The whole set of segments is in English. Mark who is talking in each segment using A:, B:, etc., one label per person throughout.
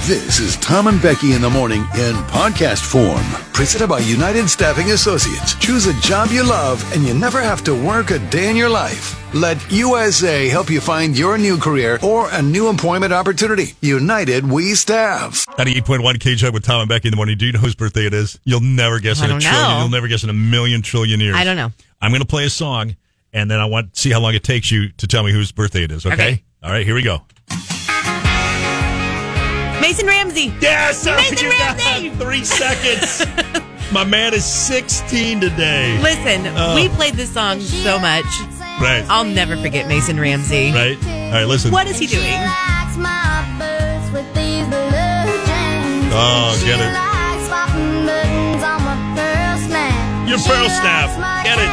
A: This is Tom and Becky in the morning in podcast form. Presented by United Staffing Associates. Choose a job you love and you never have to work a day in your life. Let USA help you find your new career or a new employment opportunity. United We Staff.
B: 98.1 KJ with Tom and Becky in the morning. Do you know whose birthday it is? You'll never guess
C: I
B: in a
C: don't
B: trillion.
C: know.
B: You'll never guess in a million trillion years.
C: I don't know.
B: I'm going to play a song, and then I want to see how long it takes you to tell me whose birthday it is, okay?
C: Okay.
B: All right, here we go.
C: Mason Ramsey.
B: Yes, sir.
C: Mason
B: you got
C: Ramsey!
B: three seconds. My man is 16 today.
C: Listen,
B: Oh.
C: we played this song so much.
B: Right.
C: I'll never forget Mason Ramsey.
B: Right? All right, listen.
C: What is he doing?
B: Oh,
D: Oh,
B: get it. Your
D: Your
B: pearl
D: pearl
B: snap.
D: snap.
B: Get
D: Get
B: it.
D: it.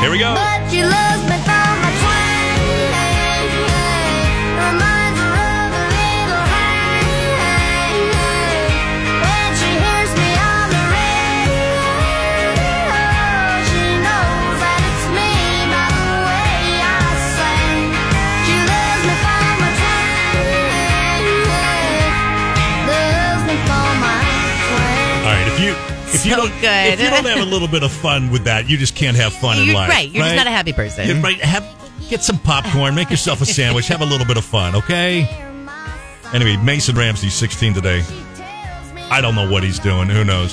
B: Here we go.
D: But she loves me for my twang. Reminds her of a little hang. When she hears me on the radio, she knows that it's me by the way I sing. She loves me for my twang. Loves me for my twang.
B: All right, if you. If you
C: So
B: don't, if
C: good.
B: you don't have a little bit of fun with that, you just can't have fun in
C: You're
B: life.
C: right. You're just not a happy person.
B: Yeah, right. Have get some popcorn, make yourself a sandwich, have a little bit of fun, okay? Anyway, Mason Ramsey, 16 today. I don't know what he's doing. Who knows?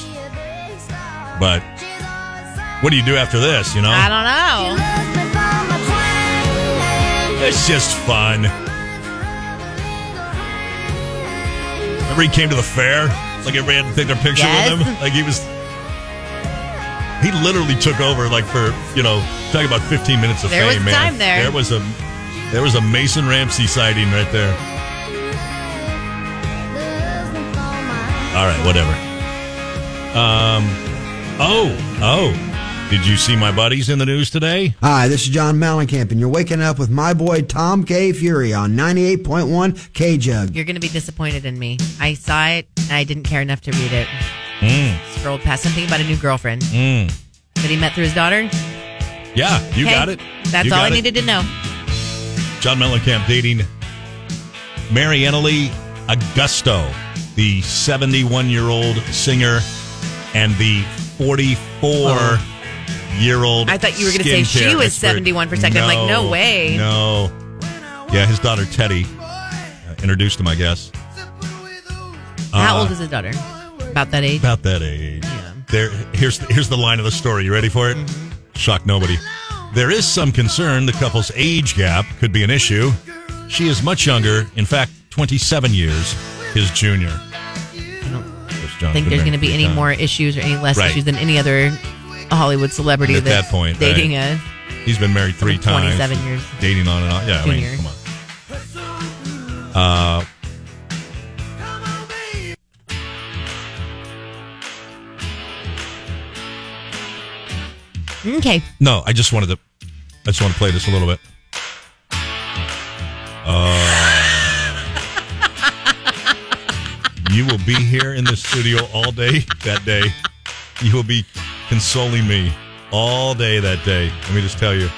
B: But what do you do after this? You know,
C: I don't know.
B: it's just fun. Remember he came to the fair? Like everybody had to take their picture
C: Yes.
B: with him. Like he was. He literally took over, like for you know, talking about 15 minutes of
C: There was
B: fame, man.
C: time there.
B: There was a, there was a Mason Ramsey sighting right there. All right, whatever. Um, oh, oh, did you see my buddies in the news today?
E: Hi, this is John Mellencamp, and you're waking up with my boy Tom K. Fury on 98.1 K Jug.
C: You're going to be disappointed in me. I saw it and I didn't care enough to read it.
B: Mm.
C: Scrolled past something about a new girlfriend that he met through his daughter.
B: Yeah, you Mm.
C: Okay.
B: got it.
C: That's
B: You
C: all I
B: got it.
C: needed to know.
B: John Mellencamp dating Mary Annalee Augusto, the 71 year old singer and the 44 year old.
C: Oh. I thought you were gonna say she was 71 for a second. I'm like, no way.
B: No. Yeah, his daughter Teddy uh, introduced him, I guess.
C: How
B: Uh,
C: old is his daughter? About that age.
B: About that age. There, here's here's the line of the story. You ready for it?
C: Mm-hmm.
B: Shock nobody. There is some concern the couple's age gap could be an issue. She is much younger. In fact, 27 years. His junior.
C: I think there's going to be any more issues or any less
B: Right.
C: issues than any other Hollywood celebrity
B: At that
C: that's
B: point, right.
C: dating a
B: He's been married three times.
C: 27 years.
B: Dating on and off. Yeah, I mean,
C: Junior.
B: come on. Uh,
C: okay.
B: No, I just wanted to. I just want to play this a little bit. Uh, you will be here in the studio all day that day. You will be consoling me all day that day. Let me just tell you.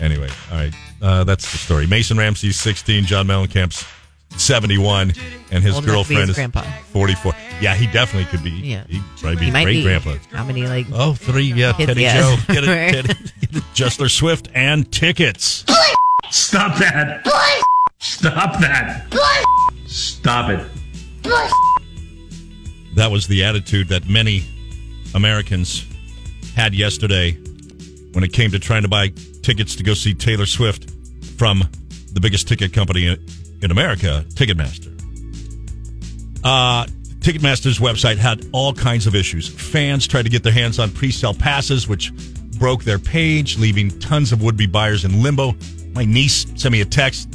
B: Anyway, all right. Uh, that's the story. Mason Ramsey's 16, John Mellencamp's 71, and his
C: Old enough to be
B: girlfriend
C: his
B: is
C: grandpa.
B: 44. Yeah, he definitely could be.
C: Yeah.
B: He'd probably
C: He
B: be
C: might
B: great
C: be.
B: grandpa.
C: How many like
B: Oh, three, yeah,
C: Kids,
B: Teddy
C: yes.
B: Joe. Get it,
C: Right.
B: Teddy, get it. Justler Swift and tickets.
F: Stop that. Stop that. Stop it.
B: That was the attitude that many Americans had yesterday when it came to trying to buy tickets to go see Taylor Swift from the biggest ticket company in, in America, Ticketmaster. Uh, Ticketmaster's website had all kinds of issues. Fans tried to get their hands on pre sale passes, which broke their page, leaving tons of would be buyers in limbo. My niece sent me a text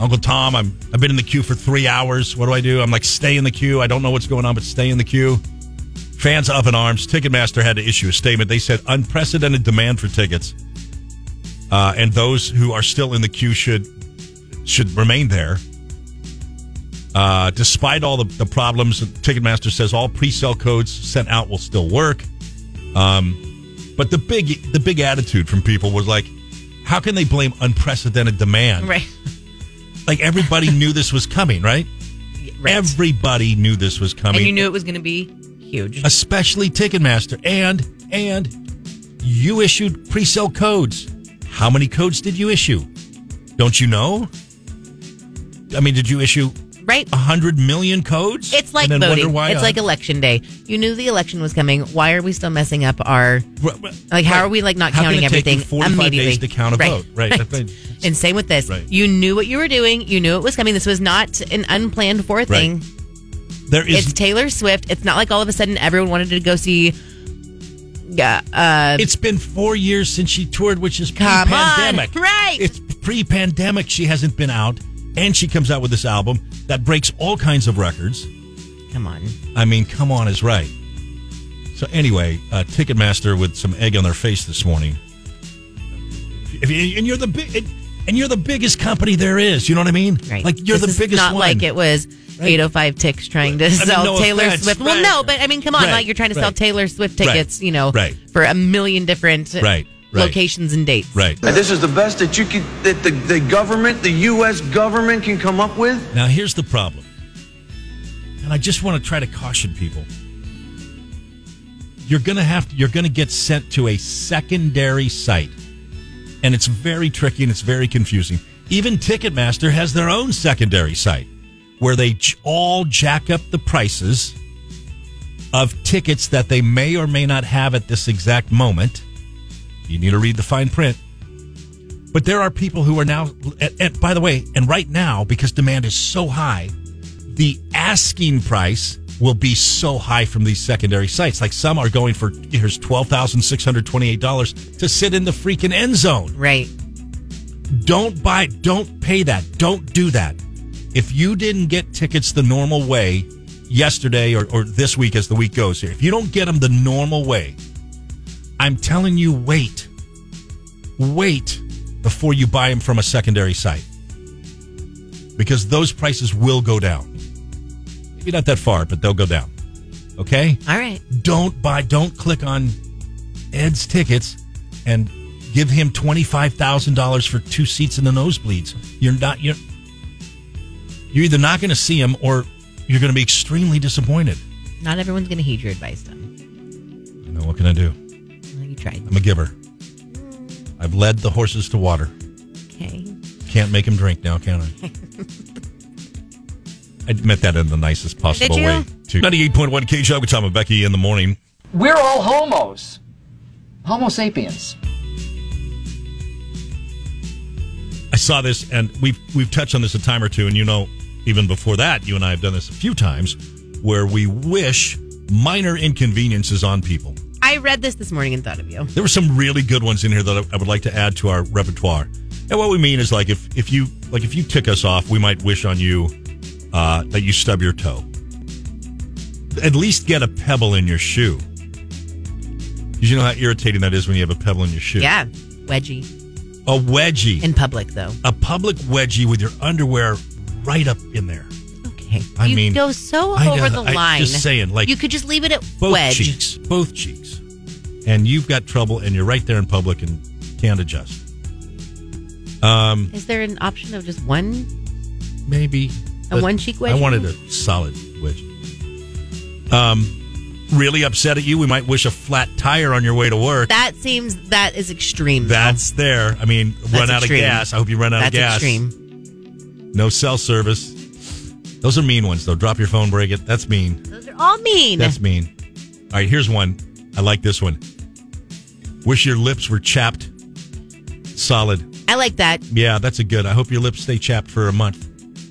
B: Uncle Tom, I'm, I've been in the queue for three hours. What do I do? I'm like, stay in the queue. I don't know what's going on, but stay in the queue. Fans up in arms. Ticketmaster had to issue a statement. They said unprecedented demand for tickets, uh, and those who are still in the queue should should remain there. Uh, despite all the, the problems, Ticketmaster says all pre-sale codes sent out will still work. Um, but the big the big attitude from people was like, how can they blame unprecedented demand?
C: right?
B: Like everybody knew this was coming, right?
C: Right.
B: Everybody knew this was coming.
C: and you knew it was going to be huge.
B: especially Ticketmaster. And and you issued pre-sale codes. How many codes did you issue? Don't you know? I mean, did you issue
C: Right?
B: a hundred million codes?
C: It's like
B: and then
C: voting.
B: Wonder why
C: it's like election day. You knew the election was coming. Why are we still messing up our like? How are we like not
B: How
C: counting
B: can it take you
C: everything
B: 45
C: immediately?
B: days to count a
C: right.
B: vote? Right.
C: right.
B: That's right.
C: And same with this.
B: Right.
C: You knew what you were doing. You knew it was coming. This was not an unplanned for thing.
B: there is
C: It's Taylor Swift. It's not like all of a sudden everyone wanted to go see. Yeah. Uh,
B: It's been four years since she toured, which is
C: Come on,
B: pre-pandemic.
C: right.
B: It's pre-pandemic. She hasn't been out, and she comes out with this album that breaks all kinds of records.
C: come on.
B: I mean, come on, is right. So anyway, uh, Ticketmaster with some egg on their face this morning. If you- and you're the big, and you're the biggest company there is. You know what I mean?
C: Right.
B: Like you're
C: This is
B: the biggest
C: not
B: one.
C: like it was 805 ticks trying to
B: mean,
C: sell
B: no
C: Taylor
B: offense,
C: Swift. Well,
B: right.
C: no, but I mean, come on,
B: Right,
C: like you're trying to sell
B: right.
C: Taylor Swift tickets,
B: Right,
C: you know,
B: right.
C: for a million different uh,
B: Right, right.
C: locations and dates.
B: Right.
G: And this is the best that you could, that the, the government, the U.S. government can come up with?
B: Now, here's the problem. And I just want to try to caution people. You're going to have to, you're going to get sent to a secondary site. And it's very tricky and it's very confusing. Even Ticketmaster has their own secondary site where they j- all jack up the prices of tickets that they may or may not have at this exact moment. You need to read the fine print. But there are people who are now, and, and by the way, and right now, because demand is so high, the asking price will be so high from these secondary sites. Like some are going for, here's $12,628 to sit in the freaking end zone.
C: Right.
B: Don't buy, don't pay that. Don't do that. If you didn't get tickets the normal way yesterday or, or this week as the week goes here, if you don't get them the normal way, I'm telling you, wait wait before you buy them from a secondary site because those prices will go down. Maybe not that far, but they'll go down. Okay?
C: All right.
B: Don't buy, don't click on Ed's tickets and give him $25,000 for two seats in the nosebleeds. You're not, you're, you're either not going to see him or you're going to be extremely disappointed.
C: Not everyone's going to heed your advice, Tom.
B: You know, what can I do?
C: Well, you tried.
B: I'm a giver. I've led the horses to water.
C: Okay.
B: Can't make him drink now, can I? I meant that in the nicest possible
C: Did you?
B: way. Too. 98.1 K Show with Tom and Becky in the morning.
H: We're all homos. Homo sapiens.
B: I saw this, and we've we've touched on this a time or two, and you know, even before that, you and I have done this a few times, where we wish minor inconveniences on people.
C: I read this this morning and thought of you.
B: There were some really good ones in here that I- I would like to add to our repertoire. And what we mean is like if if you like if you tick us off, we might wish on you uh, that you stub your toe. At least get a pebble in your shoe. 'Cause you know how irritating that is when you have a pebble in your shoe.
C: Yeah. Wedgie.
B: A wedgie.
C: In public, though.
B: a public wedgie with your underwear right up in there.
C: Okay.
B: I
C: you
B: mean,
C: go so
B: I know,
C: over the
B: I- just
C: line.
B: saying, like,
C: you could just leave it at
B: Both
C: wedge.
B: cheeks. Both cheeks. And you've got trouble and you're right there in public and can't adjust. Um
C: Is there an option of just one?
B: maybe
C: A
B: but
C: one-cheek wedgie?
B: I wanted a solid wedgie. Um, really upset at you. We might wish a flat tire on your way to work.
C: That seems that is extreme. though.
B: That's there. I mean, run out
C: extreme.
B: of gas. I hope you run out
C: that's
B: of gas.
C: extreme.
B: No cell service. Those are mean ones, though. Drop your phone, break it. That's mean.
C: Those are all mean.
B: That's mean. All right, here's one. I like this one. Wish your lips were chapped. Solid.
C: I like that.
B: Yeah, that's a good. I hope your lips stay chapped for a month.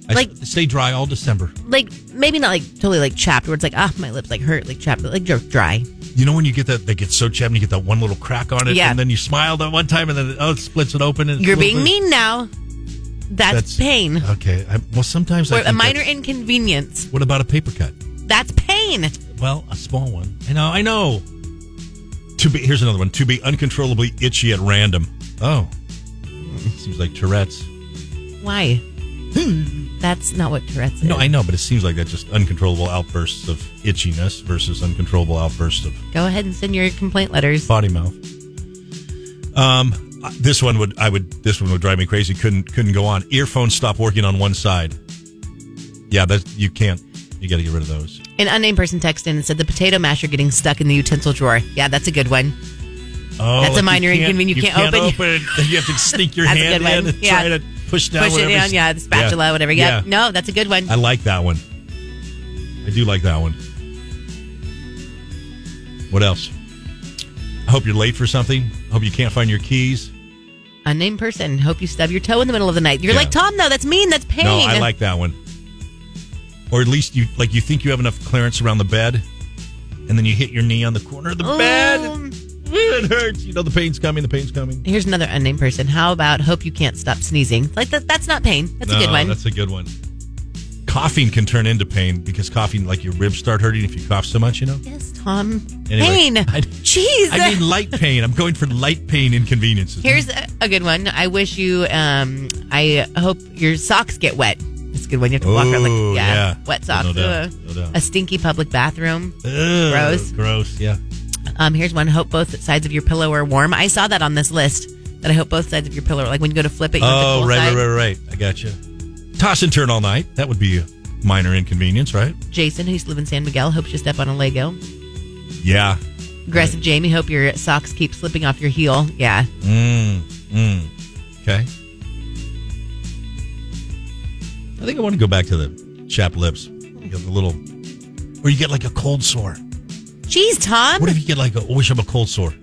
B: I s-
C: Like-
B: stay dry all December.
C: like maybe not like totally like chapped where it's like ah my lips like hurt like chapped but like dr- dry
B: You know when you get that they get so chapped and you get that one little crack on it,
C: Yeah.
B: and then you smile that one time, and then oh, it splits it open. And
C: you're being mean now that's, pain
B: Okay, I, well sometimes I
C: or a
B: think
C: minor
B: that's-
C: inconvenience
B: What about a paper cut?
C: that's pain
B: Well, a small one. I know. I know. To be here's another one. To be uncontrollably itchy at random. Oh, seems like Tourette's.
C: why that's not what tourette's is.
B: No, I know, but it seems like that just uncontrollable outbursts of itchiness versus uncontrollable outbursts of
C: go ahead and send your complaint letters
B: potty mouth. Um, uh, this one would I would this one would drive me crazy. Couldn't couldn't go on. Earphones stop working on one side. Yeah, that you can't. You got to get rid of those.
C: An unnamed person texted in and said the potato masher getting stuck in the utensil drawer. Yeah, that's a good one.
B: Oh,
C: That's
B: like
C: a
B: you
C: minor
B: can't-
C: inconvenience. You can't open.
B: it. You have to sneak your
C: That's a
B: hand
C: good
B: in
C: one.
B: and
C: Yeah.
B: try to push down.
C: Push it
B: whatever's-
C: down, yeah, the spatula,
B: Yeah.
C: whatever. Yeah. no, that's a good one.
B: I like that one. I do like that one. What else? I hope you're late for something. I hope you can't find your keys.
C: Unnamed person. Hope you stub your toe in the middle of the night. You're
B: Yeah.
C: like Tom, though. That's mean. That's pain.
B: No, I like that one. Or at least you like you think you have enough clearance around the bed, and then you hit your knee on the corner of the bed.
C: Um,
B: Ooh, It hurts. You know the pain's coming. The pain's coming.
C: Here's another unnamed person. How about hope you can't stop sneezing? Like that, that's not pain. That's a good
B: No,
C: one.
B: That's a good one. Coughing can turn into pain because coughing, like your ribs start hurting if you cough so much. You know.
C: Yes, Tom.
B: Anyway,
C: pain.
B: I-
C: Jeez.
B: I mean light pain. I'm going for light pain inconveniences.
C: Here's a, a good one. I wish you. Um, I hope your socks get wet. That's a good one. You have to walk around
B: Ooh,
C: like yeah,
B: yeah.
C: wet socks.
B: No doubt.
C: Ugh.
B: No doubt.
C: A stinky public bathroom.
B: Ugh,
C: gross.
B: Gross. Yeah.
C: Um, here's one. Hope both sides of your pillow are warm. I saw that on this list. That I hope both sides of your pillow, are like when you go to flip it, you want the
B: Oh,
C: cool
B: right,
C: side.
B: right, right, right. I got you. Toss and turn all night. That would be a minor inconvenience, right?
C: Jason, who's live in San Miguel, hopes you step on a Lego.
B: Yeah.
C: Aggressive Jamie, hope your socks keep slipping off your heel. Yeah.
B: Mm, mm. Okay. I think I want to go back to the chapped lips. You get the little, or you get like a cold sore.
C: Jeez, Tom,
B: What if you get like a I wish I'm a cold sore?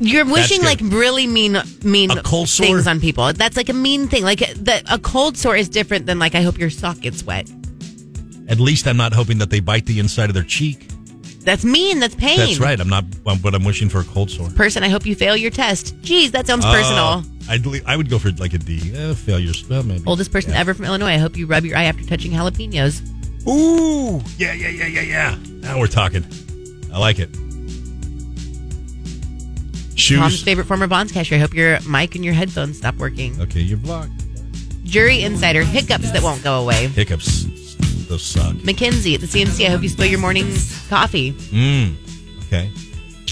C: you're wishing like
B: good.
C: really mean, mean
B: A cold sore?
C: things on people. That's like a mean thing. Like the, a cold sore is different than like I hope your sock gets wet.
B: At least I'm not hoping that they bite the inside of their cheek.
C: That's mean. That's pain.
B: That's right. I'm not, i but I'm wishing for a cold sore.
C: Person, I hope you fail your test. Jeez, that sounds
B: Oh,
C: personal.
B: I'd, le- I would go for like a D. Uh, failures. Well, maybe.
C: Oldest person
B: Yeah.
C: ever from Illinois. I hope you rub your eye after touching jalapenos.
B: Ooh, yeah, yeah, yeah, yeah, yeah. Now we're talking. I like it.
C: Mom's
B: Shoes.
C: favorite former bonds cashier. I hope your mic and your headphones stop working.
B: Okay, you're blocked.
C: Jury insider hiccups that won't go away.
B: Hiccups. Those suck.
C: Mackenzie at the CMC. I hope you spill your morning coffee.
B: Mmm. Okay.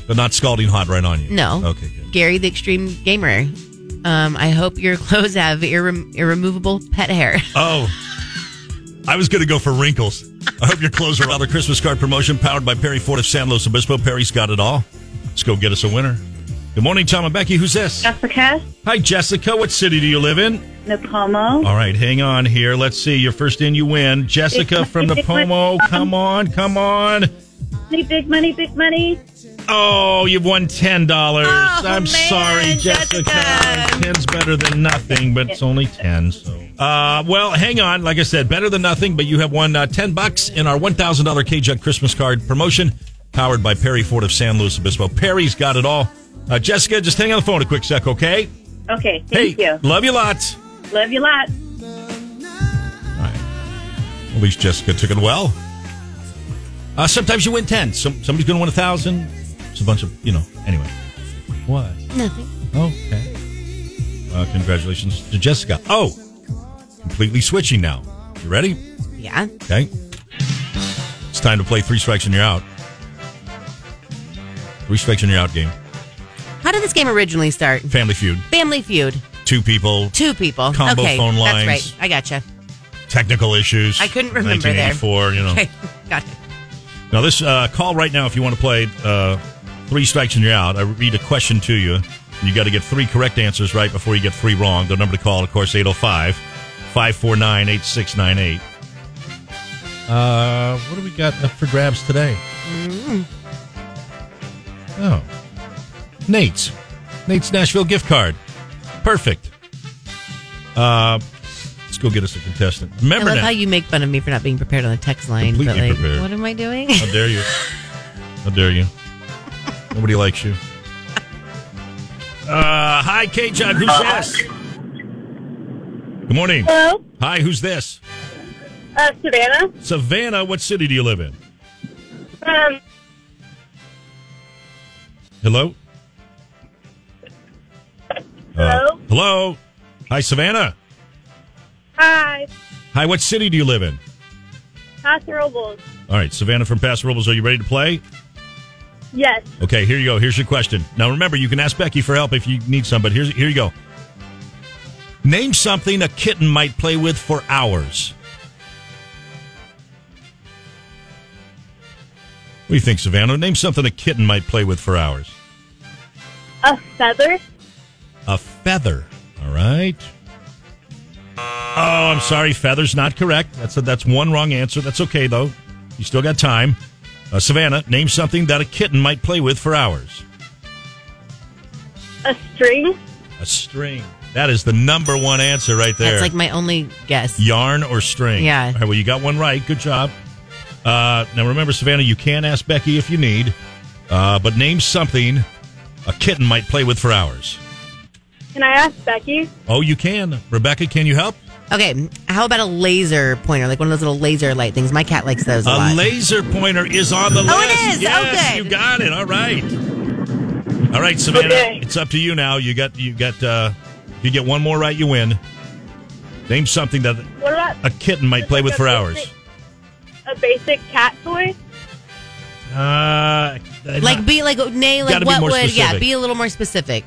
B: But not scalding hot right on you.
C: No.
B: Okay, good.
C: Gary the extreme gamer. Um, I hope your clothes have irre- irremovable pet hair.
B: Oh. I was going to go for wrinkles. I hope your clothes are out of Christmas card promotion powered by Perry Ford of San Luis Obispo. Perry's got it all. Let's go get us a winner. Good morning, Tom and Becky. Who's this?
I: Jessica
B: Hi, Jessica. What city do you live in?
I: Napomo.
B: All right, hang on here. Let's see. You're first in, you win. Jessica from the Pomo. Come on, come on.
I: Money, big money, big money.
B: Oh, you've won ten dollars. I'm
C: man,
B: sorry, Jessica.
C: Jessica.
B: Ten's better than nothing, but it's only ten. So, uh, well, hang on. Like I said, better than nothing, but you have won uh, ten bucks in our one thousand dollar KJUG Christmas card promotion, powered by Perry Ford of San Luis Obispo. Perry's got it all. Uh, Jessica, just hang on the phone a quick sec, okay?
I: Okay, thank
B: hey,
I: you.
B: love you lots.
I: Love you lot.
B: At least Jessica took it well. Uh, sometimes you win 10. Some, somebody's going to win a 1,000. It's a bunch of, you know, anyway. What?
C: Nothing.
B: Okay. Uh, congratulations to Jessica. Oh, completely switching now. You ready?
C: Yeah.
B: Okay. It's time to play Three Strikes and You're Out. Three Strikes and You're Out game.
C: How did this game originally start?
B: Family feud.
C: Family Feud.
B: Two people.
C: Two people.
B: Combo
C: okay,
B: phone lines.
C: That's right. I gotcha.
B: Technical issues.
C: I couldn't remember there.
B: 1984, you know.
C: Okay, got it.
B: Now, this uh, call right now if you want to play uh, three strikes and you're out. I read a question to you. You got to get three correct answers right before you get three wrong. The number to call, of course, 805 549 8698. Uh, what do we got up for grabs today?
C: Mm-hmm.
B: Oh, Nate's. Nate's Nashville gift card. Perfect. Uh, let's go get us a contestant.
C: I
B: Remember
C: love
B: now.
C: how you make fun of me for not being prepared on the text line. But
B: Completely
C: like,
B: prepared.
C: what am I doing?
B: How dare you? How dare you? Nobody likes you. Uh, hi, K. John. Who's this? Good morning.
I: Hello,
B: Hi, who's this?
I: uh, Savannah.
B: Savannah, what city do you live in?
I: Um,
B: Hello? Uh,
I: Hello?
B: hello? Hi, Savannah.
I: hi,
B: Hi, what city do you live in?
I: Pastor Robles.
B: All right, Savannah from Paso Robles, are you ready to play?
I: Yes,
B: Okay, here you go. Here's your question. Now remember, you can ask Becky for help if you need some, but here's here you go. Name something a kitten might play with for hours. do you think, Savannah? Name something a kitten might play with for hours.
I: A feather?
B: A feather. All right. Oh, I'm sorry. Feather's not correct. That's that's one wrong answer. That's okay though. You still got time. Uh, Savannah, name something that a kitten might play with for hours.
I: A string?
B: A string. That is the number one answer right there.
C: That's like my only guess.
B: yarn or string.
C: Yeah.
B: All right, well, you got one right. Good job. Uh, now remember, Savannah, you can ask Becky if you need, uh, but name something a kitten might play with for hours.
I: Can I ask Becky?
B: Oh, you can. Rebecca, can you help?
C: Okay, how about a laser pointer, like one of those little laser light things? My cat likes those
B: A
C: a, lot.
B: laser pointer is on the list.
C: Oh, it is?
B: Yes,
C: Oh, good.
B: you got it. All right. All right, Savannah.
I: Okay.
B: It's up to you now. You got you got uh you get one more right, you win. Name something that
I: What about
B: a kitten might play with for hours.
I: a basic cat toy?
B: Uh,
C: like be like nay, like
B: Gotta be
C: what
B: more
C: would yeah?
B: specific.
C: Be a little more specific.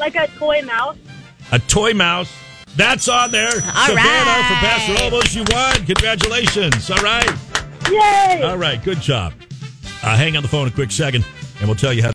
I: Like a toy mouse?
B: a toy mouse. That's on there. Savannah for
C: right.
B: Paso Robles, you won. Congratulations. All right.
I: Yay!
B: All right. Good job. Uh, hang on the phone a quick second, and we'll tell you how.